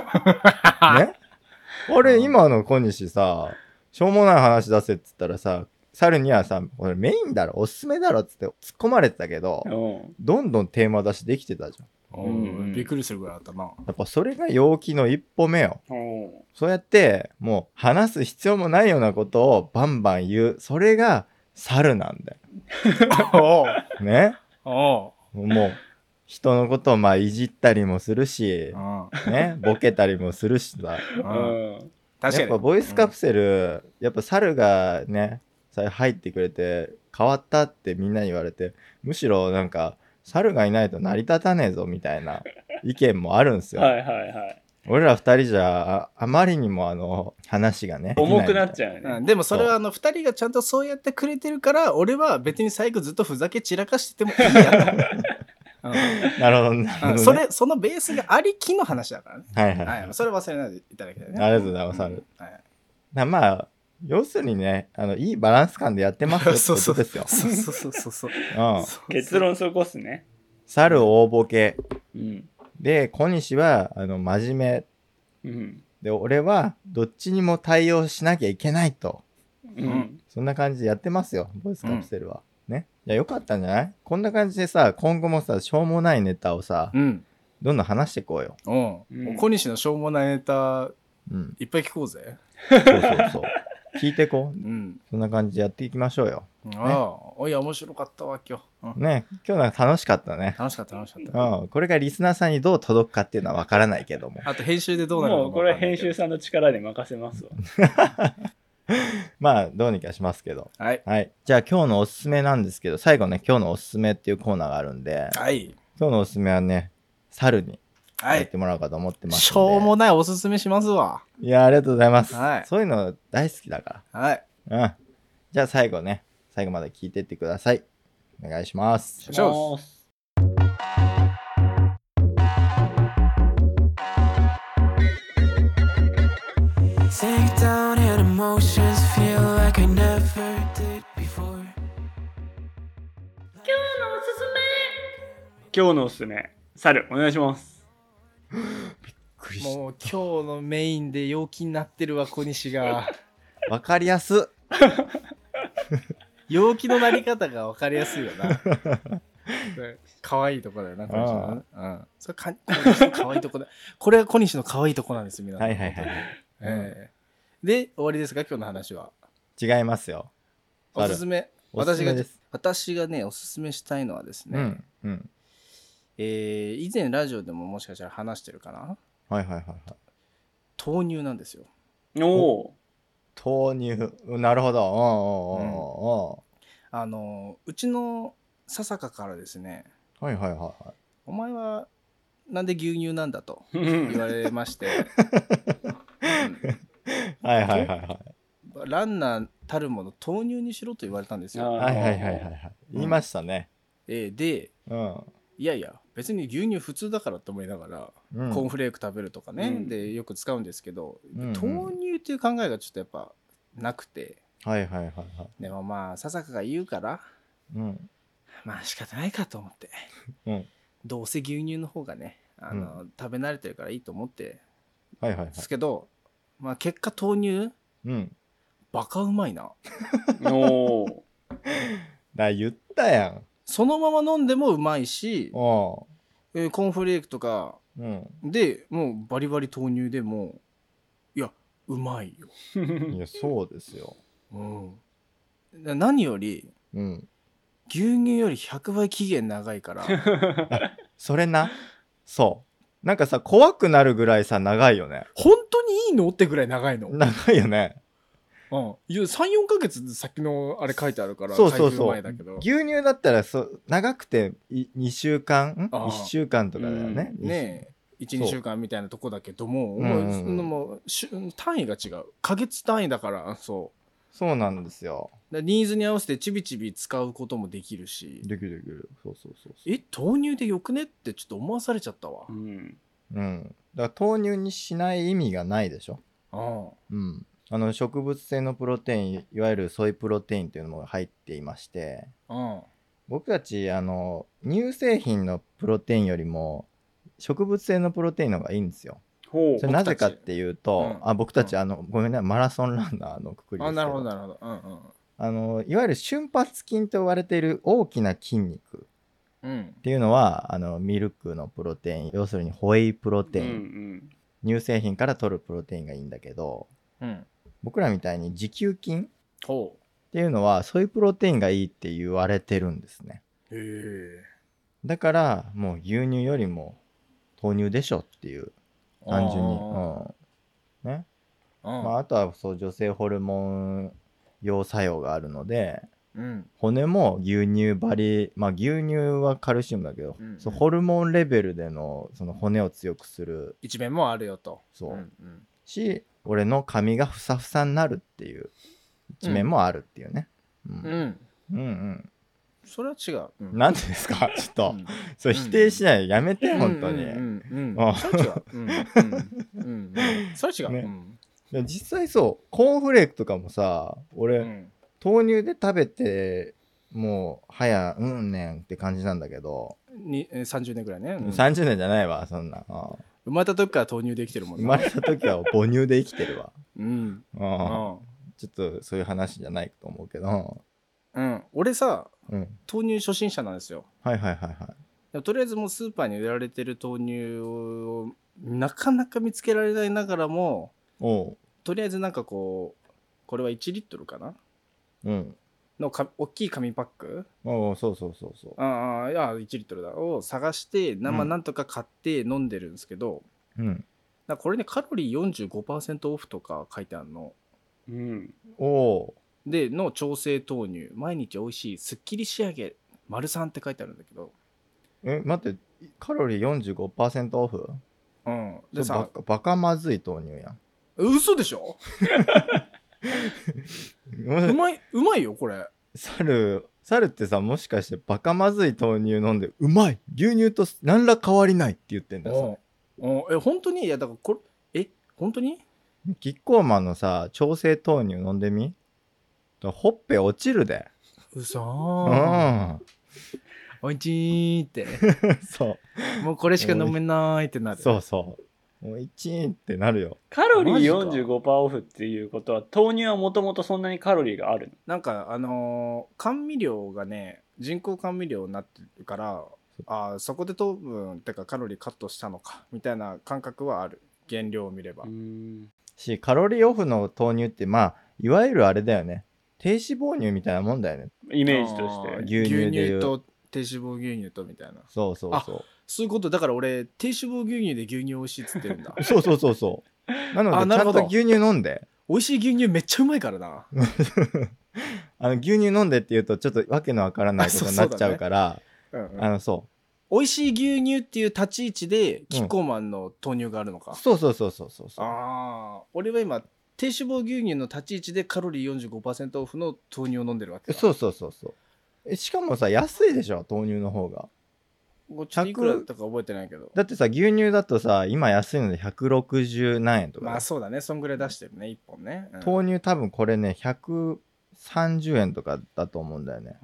B: あれ今の小西さしょうもない話出せって言ったらさ猿にはさ「俺メインだろおすすめだろ」っつって突っ込まれてたけど
C: うん
B: どんどんテーマ出しできてたじゃん
C: うんうん
D: びっくりするぐらいあったな
B: やっぱそれが陽気の一歩目よ
C: うん
B: そうやってもう話す必要もないようなことをバンバン言うそれが猿なんだよ
D: おう
B: ね
D: おう
B: もう人のことをまあいじったりもするし
D: うん
B: ね、ボケたりもするしさ。
D: うん
C: うん
D: 確か
B: や
D: に
B: っぱボイスカプセル、やっぱ猿がね、さ入ってくれて変わったってみんなに言われて、むしろなんか、猿がいないと成り立たねえぞみたいな意見もあるんですよ。
C: はいはいはい。
B: 俺ら二人じゃあ、あまりにもあの、話がね。
C: 重くなっ
B: ゃ
C: ちゃうよね
D: う。ん、でもそれはあの2人がちゃんとそうやってくれてるから俺は別に最後ずっとふざけ散らかしててもいい やと、うん
B: う。なるほど、なるほど、
D: うん
B: ね。
D: それそのベースがありきの話だからね、
B: はいはい。
D: はい、それ忘れないでいただきたいね
B: ありがとうございますある、
D: うんは
B: なまあ、要するにね、あの、いいバランス感でやってますよ
D: い、
B: って
D: そうそ
B: こ
D: う
B: とですよ。
D: そうそうそうそうそう
B: うん。
C: 結論そこっすね。
B: 猿大ボケ。
C: うん。
B: で、小西は、あの、真面目。
C: うん。
B: で俺はどっちにも対応しなきゃいけないと
C: うん。
B: そんな感じでやってますよボイスカプセルは、ね。いや、よかったんじゃないこんな感じでさ、今後もさ、しょうもないネタをさ、
D: うん。
B: どんどん話していこうよ。
D: うん。
C: うん
D: 小西のしょうもないネタ、
B: うん。
D: いっぱい聞こうぜ。
B: そうそうそう。聞いてこう。
D: うん。
B: そんな感じでやっていきましょうよ。
D: ああ、おいや、面白かったわ、今日。うん、
B: ね、今日なんか楽しかったね。
D: 楽しかった、楽しかった。
B: うん。これがリスナーさんにどう届くかっていうのはわからないけども。
D: あと、編集でどうなるのか
C: もうこれは
D: わかんな
C: 編
D: いけど
C: 集さんの力で任せますわ。
B: まあ、どうにかしますけど。
D: はい。
B: はい。じゃあ今日のおすすめなんですけど、最後ね、今日のおすすめっていうコーナーがあるんで、
D: はい。
B: 今日のおすすめはね、猿に
D: は
B: やっ
D: い。
B: てもらおうかと思ってますん
D: し
B: で。
D: ょうもないおすすめしますわ。
B: いや、ありがとうございます。
D: はい
B: そういうの大好きだか
D: はい。
B: ら。うん。じゃあ最後ね、最後まで聞いてってください。お願いします。
D: しょ
C: もう今日のおすすめ猿お願いします
B: クリス
D: もう今日のメインで陽気になってるわ、小西が。
B: わかりやすっ。
D: 陽気のなり方が分かりやすいよな。可愛いとこだよな、小西のな。うん。それか、小西の可愛いとこだ。これが小西の可愛いとこなんです、皆さん。
B: はいはいはい。
D: ええで、終わりですか、今日の話は。
B: 違いますよ。
D: おすすめ。
B: おすす
D: 私
B: め
D: が
B: です。
D: 私がね、おすすめしたいのはですね、
B: うん。うん。
D: えー以前ラジオでももしかしたら話してるかな
B: はいはいはいはい。
D: 豆乳なんですよ。
C: おお
B: 豆乳。うんなるほど。おうお
D: あの、うちの笹香からですね、
B: うおうおうはいはいはいはい。
D: お前はなんで牛乳なんだと
C: ー
D: 言われまして、
B: はいはいはいはい。
D: うんランナーたるもの豆乳にしろと言われたんですよ。
C: あ
B: は
C: ー
B: いはいはいはいはい。言いましたね。
D: えーで
B: うん。
D: いやいや別に牛乳普通だからと思いながら、
B: うん
D: コーンフレーク食べるとかね、
C: うん
D: でよく使うんですけど、
B: うんうん
D: 豆乳っていう考えがちょっとやっぱなくて
B: はいはいはいはい。
D: でもまあ笹香が言うから
B: うん。
D: まあ仕方ないかと思って、
B: うん
D: どうせ牛乳の方がねあの、食べ慣れてるからいいと思って
B: はいはいはい
D: で。すけど、まあ、結果豆乳
B: うん。
D: バカうまいな
C: おー
B: だ言ったやん。
D: そのまま飲んでもうまいし、
B: お
D: えーコーンフレークとか
B: う。うん。
D: でもうバリバリ豆乳でもういやうまいよ、
B: いや、そうですよ。
D: うん、な何より
B: うん。
D: 牛乳より100倍期限長いから
B: それな。そう。なんかさ、怖くなるぐらいさ、長いよね。
D: 本当にいいのってぐらい長いの、うん、
B: 長いよね。
D: 34ヶ月先のあれ書いてあるから
B: そうそう
D: 開封
B: そ
D: 前
B: う
D: だけど。
B: 牛乳だったらそう、長くてい2週間ん
D: ああ
B: ?1 週間とかだよね。
D: ねえ
B: そう
D: 12週間みたいなとこだけども,、
B: うん
D: も
B: うん
D: うそのもうしゅ単位が違うヶ月単位だからそう
B: そうなんですよ。
D: だからニーズに合わせてちびちび使うこともできるし
B: できるできる。そうそうそうそう。
D: え豆乳でよくねってちょっと思わされちゃったわ、
C: うん
B: うん。だから豆乳にしない意味がないでしょ。
D: あ
B: うん。あの植物性のプロテイン、いわゆるソイプロテインというのも入っていまして、
D: あうん
B: 僕たちあの乳製品のプロテインよりも植物性のプロテインの方がいいんですよ。
C: ほ
B: それなぜかっていうと、
D: うん
B: あ僕たち、
D: う
B: あのごめんねマラソンランナーのくくりです
D: あ
B: けど
D: なるほどなるほどうん
B: あのいわゆる瞬発筋と呼ばれている大きな筋肉
D: うんうん
B: っていうのはあのミルクのプロテイン要するにホエイプロ
C: う
B: テ
C: う
B: イ
C: んう
B: ン、
C: ん
B: 乳製品から取るプロテインがいいんだけど
D: うん
B: 僕らみたいに持久筋っ
D: ほ
B: ていうのはそういうプロテインがいいって言われてるんですね
D: うへ
B: だからもう牛乳よりも豆乳でしょっていう
D: え
B: 単純に、う
D: あ
B: んね
D: あうん
B: まあ、あとはそう女性ホルモン用作用があるので
D: うん
B: 骨も牛乳バリ、まあ、牛乳はカルシウムだけど、
D: うん
B: そうホルモンレベルでのその骨を強くする
D: 一面もあるよと
B: そう、
D: んうん
B: し俺の髪がふさふさになるっていう一面もあるっていうね、うん
D: う
B: うん
D: ん
B: うん
D: それは違う、うん、
B: なんでですかちょっと、
D: うん
B: それ否定しないでやめて、
D: うん
B: 本当に、
D: うんうん
B: あ
D: うん、それは違う。うんうんうんそれは違う。
B: ね
D: うん
B: で実際そうコーンフレークとかもさ俺、
D: うん
B: 豆乳で食べてもう早うんねんって感じなんだけど、
D: にえー30年ぐらいね、うん
B: 30年じゃないわそんな、うん
D: 生まれた時から豆乳できてるもん
B: 生
D: ね
B: まれた時は母乳で生きてるわ、
D: うん
B: うん
D: うん
B: ちょっとそういう話じゃないと思うけど
D: うん俺さ、
B: うん。
D: 豆乳初心者なんですよ
B: はいはいはいはい。
D: でもとりあえずもうスーパーに売られてる豆乳をなかなか見つけられないながらも
B: おう。
D: とりあえずなんかこうこれは1リットルかな
B: うん。
D: のか大きい紙パック
B: おうそうそうそうそ
D: ああいや1リットルだを探してな,、まあ
B: うん
D: なんとか買って飲んでるんですけど
B: う。うん。
D: なんかこれねカロリー45%オフとか書いてあるの
C: うん。
B: おお
D: での調整豆乳毎日美味しいすっきり仕上げ丸三って書いてあるんだけど
B: う。え、待って、カロリー45%オフ
D: うんで
B: でバ
D: さ
B: カバカまずい豆乳やん。
D: 嘘でしょうまいうまいよこれ
B: 猿、猿ってさ、もしかしてバカまずい豆乳飲んで、うまい牛乳と何ら変わりないって言ってんだよ。
D: うんえ本当にいやだからこれえ本当に
B: それキッコーマンのさ、調整豆乳飲んでみほっぺ落ちるで。
D: う
B: う
D: そ
B: ん。
D: おいちーって
B: そ
D: もうこれしか飲めないってな
B: う。
D: る
B: そうそう。もう一ーンってなるよ。
C: カロリ
D: マジか
C: ー45%オフっていうことは、豆乳はもともとそんなにカロリーがあるの。
D: なんかあのー甘味料がね人工甘味料になってるからあーそこで糖分ってかカロリーカットしたのかみたいな感覚はある原料を見れば、
C: うん。
B: し、カロリーオフの豆乳って、まあ、いわゆるあれだよね。低脂肪乳みたいなもんだよね。
C: イメージとして
D: あー。
B: 牛乳でいう
D: 牛乳と低脂肪牛乳とみたいな
B: そうそうそう。
D: そういうことだから俺低脂肪牛乳で牛乳美味しいっつってるんだ
B: そうそうそうそう。なの
D: あ
B: で、
D: な
B: ち
D: る
B: ゃ
D: ほ
B: ん
D: ど
B: と牛乳飲んで。
D: 美味しい牛乳めっちゃうまいからな
B: あの牛乳飲んでって言うとちょっとわけのわからないことになっちゃうから
D: うんうん
B: あのそ
D: 美味しい牛乳っていう立ち位置でキッコーマンの豆乳があるのか
B: う、そうそうそうそうそうそう
D: ああ俺は今低脂肪牛乳の立ち位置でカロリー45%オフの豆乳を飲んでるわけだ
B: そうそうそうそうえしかもさ安いでしょ豆乳の方が
D: こっちょっといくらだったか覚えてないけど
B: だってさ牛乳だとさ今安いので160何円とか、
D: まあそうだねそんぐらい出してるね1本ね、うん
B: 豆乳多分これね130円とかだと思うんだよね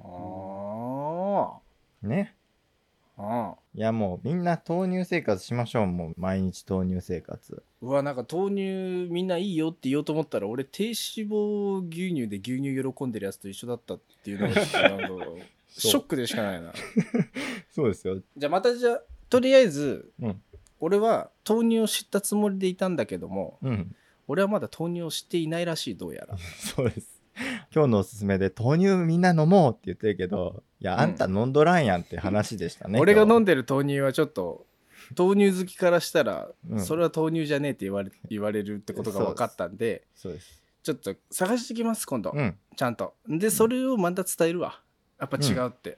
D: あ
B: ね
D: ーあー
B: いやもうみんな豆乳生活しましょうもう毎日豆乳生活
D: うわなんか豆乳みんないいよって言おうと思ったら俺低脂肪牛乳で牛乳喜んでるやつと一緒だったっていうのがちょっとなんか ショックでしかないな
B: そうですよ
D: じゃあまたじゃあとりあえず、
B: うん
D: 俺は豆乳を知ったつもりでいたんだけども
B: うん
D: 俺はまだ豆乳を知っていないらしいどうやら
B: そうです 今日のおすすめで豆乳みんな飲もうって言ってるけどいやあんた飲んどらんやんって話でしたね、
D: 俺が
B: 今日
D: 飲んでる豆乳はちょっと豆乳好きからしたら、
B: うん
D: それは豆乳じゃねえって言われ言われるってことが分かったんで
B: そうです。
D: ちょっと探してきます今度、
B: うん。
D: ちゃんとでそれをまた伝えるわやっぱ違うって、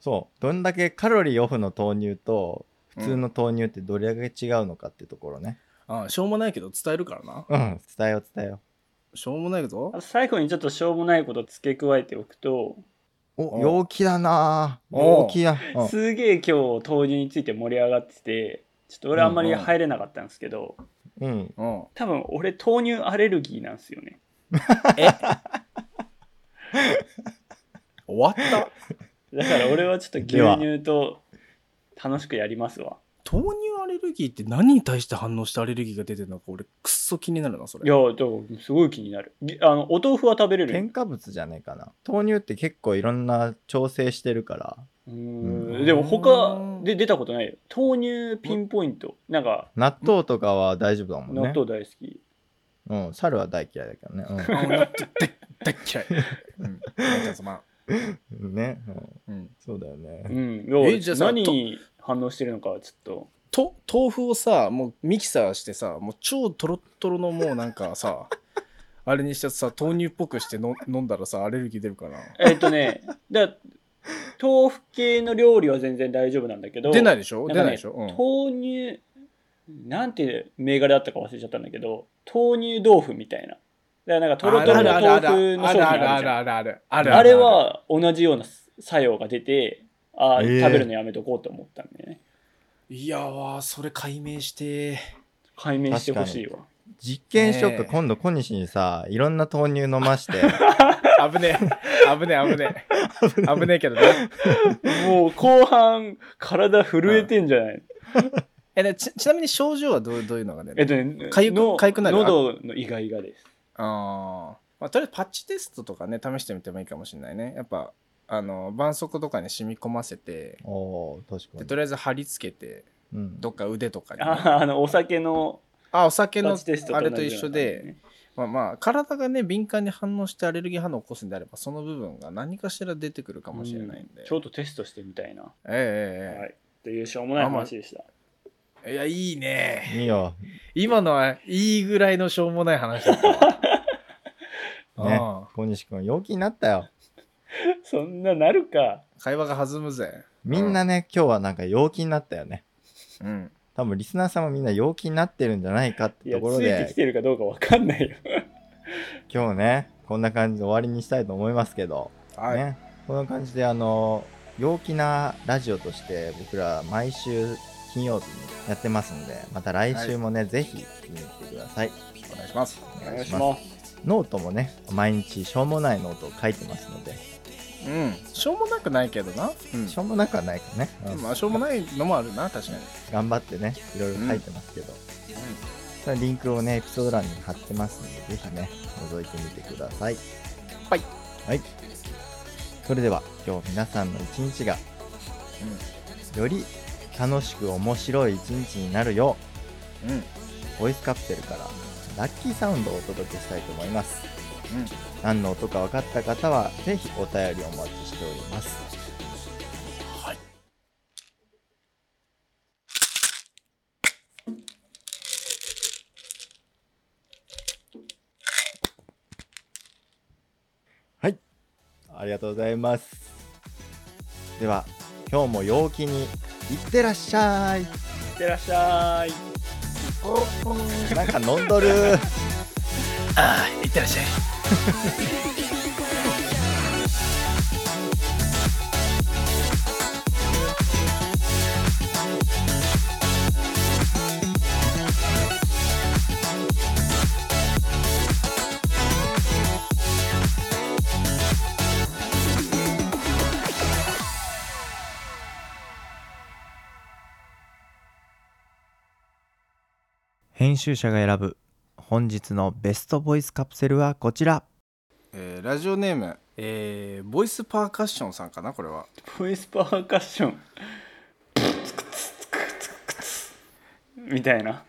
B: そう。どんだけカロリーオフの豆乳と普通の豆乳ってどれだけ違うのかってところね。
D: ああしょうもないけど伝えるからな
B: うん。伝えよう伝えよ
D: しょうもないけど
C: あと最後にちょっとしょうもないこと付け加えておくと、
B: う。
D: お
B: お、陽気だなぁ。
D: お
B: 陽気だ。うん
C: すげえ今日豆乳について盛り上がってて、ちょっと俺あんまり入れなかったんですけど、
B: うん。
D: うん
C: 多分俺豆乳アレルギーなんですよね。
D: 終わった
C: だから俺はちょっと牛
B: では
C: 乳と楽しくやりますわ。
D: 豆乳アレルギーって何に対して反応してアレルギーが出てるのか俺くっそ気になるなそ
C: い
D: れ
C: や、だからすごい気になる。ぎあの、お豆腐は食べれる
B: 添加物じゃないかな。豆乳って結構いろんな調整してるから。
C: うー
B: うん
C: んでも他で出たことないよ豆乳ピンポイントなんか
B: 納豆とかは大丈夫だもん
C: 納
B: ね。
C: 豆大好き
B: うん。猿は大嫌いだけどね。
D: あ俺って大嫌い、うん、なんかその
B: うん。 ね。うん
D: うん
B: そうだよ
C: う
B: ね。
C: ん
D: え
C: よ
D: じゃあさ
C: 何に反応してるのかちょ
D: と豆腐をさもうミキサーしてさもう超トロットロのもうなんか さあれにしてさ豆乳っぽくしての飲んだらさアレルギー出るかな
C: っとえっとねだ豆腐系の料理は全然大丈夫なんだけど
D: 出ないでしょ、
C: なん
D: 出
C: か
D: ない
C: ね
D: でしょ、うん、
C: 豆乳なんて銘柄だったか忘れちゃったんだけど豆乳豆腐みたいなだからなんかトロトロの豆腐の商品あるじゃん
D: あるあるあるあるあるあるある
C: あれは同じような作用が出てああ、
B: えー
C: 食べるのやめとこうと思ったんでね
D: いやわそれ解明して
C: 解明してほしいわ
B: 実験しよっか。
D: ねえ
B: 今度小西にさ、いろんな豆乳飲まして。
D: 危ねえ危ねえ危ね え危ねえけどね
C: もう後半、体震えてんじゃない、
D: えでちちなみに症状はどうどういうのが出る
C: え
D: の
C: っとね、
D: かゆく
C: の
D: かゆくなる
C: 喉のイガイガです。
D: あーまあとりあえずパッチテストとかね試してみてもいいかもしれないねやっぱあの絆創膏とかに染み込ませて
B: おー確か
D: で
B: に
D: とりあえず貼り付けて
B: うん
D: どっか腕とかにね、
C: ああのお酒の
D: あお酒
C: タ
D: の
C: ッチテスト
D: あ
C: 同
D: れ
C: じ
D: と一緒で、まあまあ体がね敏感に反応してアレルギー反応を起こすんであればその部分が何かしら出てくるか
C: よう
D: も
C: な感
D: し
C: じね
D: れないんで、
C: うちょっとテストしてみたいな、は
D: え
C: い、というしょうもない話でした、
D: ええええいやいいね
B: いいよ
D: 今のはいいぐらいのしょうもない話だった わ
B: ね
D: うん
B: 小西君陽気になったよ
C: そんななるか
D: 会話が弾むぜ
B: みんなね、今日はなんか陽気になったよね
D: うん
B: 多分リスナーさんもみんな陽気になってるんじゃないかっ
C: い
B: て
C: や
B: とこ
C: つ
B: ろ
C: いてき
B: で
C: てるかどうかわかんないよ
B: 今日ねこんな感じで終わりにしたいと思いますけど、
D: はい、
B: ね、こんな感じであの陽気なラジオとして僕ら毎週金曜日にやってますんでまた来週もね、ぜひ見に来てください
D: お願いします
B: お
C: お
B: 願
C: 願
B: い
C: い
B: し
C: し
B: ます
C: ます
B: ノートもね毎日しょうもないノートを書いてますので、
D: うんしょうもなくないけどな、うん
B: しょうもなくはないかね、うん
D: まあしょうもないのもあるな確かに
B: 頑張ってねいろいろ書いてますけど、そのリンクをねエピソード欄に貼ってますのでぜひね覗いてみてください
D: はい、
B: はい、それでは今日皆さんの一日がより楽しく面白い一日になるよ
D: うんうん
B: うボイスカプセルからラッキーサウンドをお届けしたいと思います
D: うん
B: 何の音か分かった方はぜひお便りお待ちしておりますはいありがとうございますでは今日も陽気にいってらっしゃい
C: いってらっしゃい
B: なんか飲んどる
D: ああいってらっしゃい
B: 編集者が選ぶ本日のベストボイスカプセルはこちら
D: えーラジオネーム、えーボイスパーカッションさんかなこれは
C: ボイスパーカッションみたいな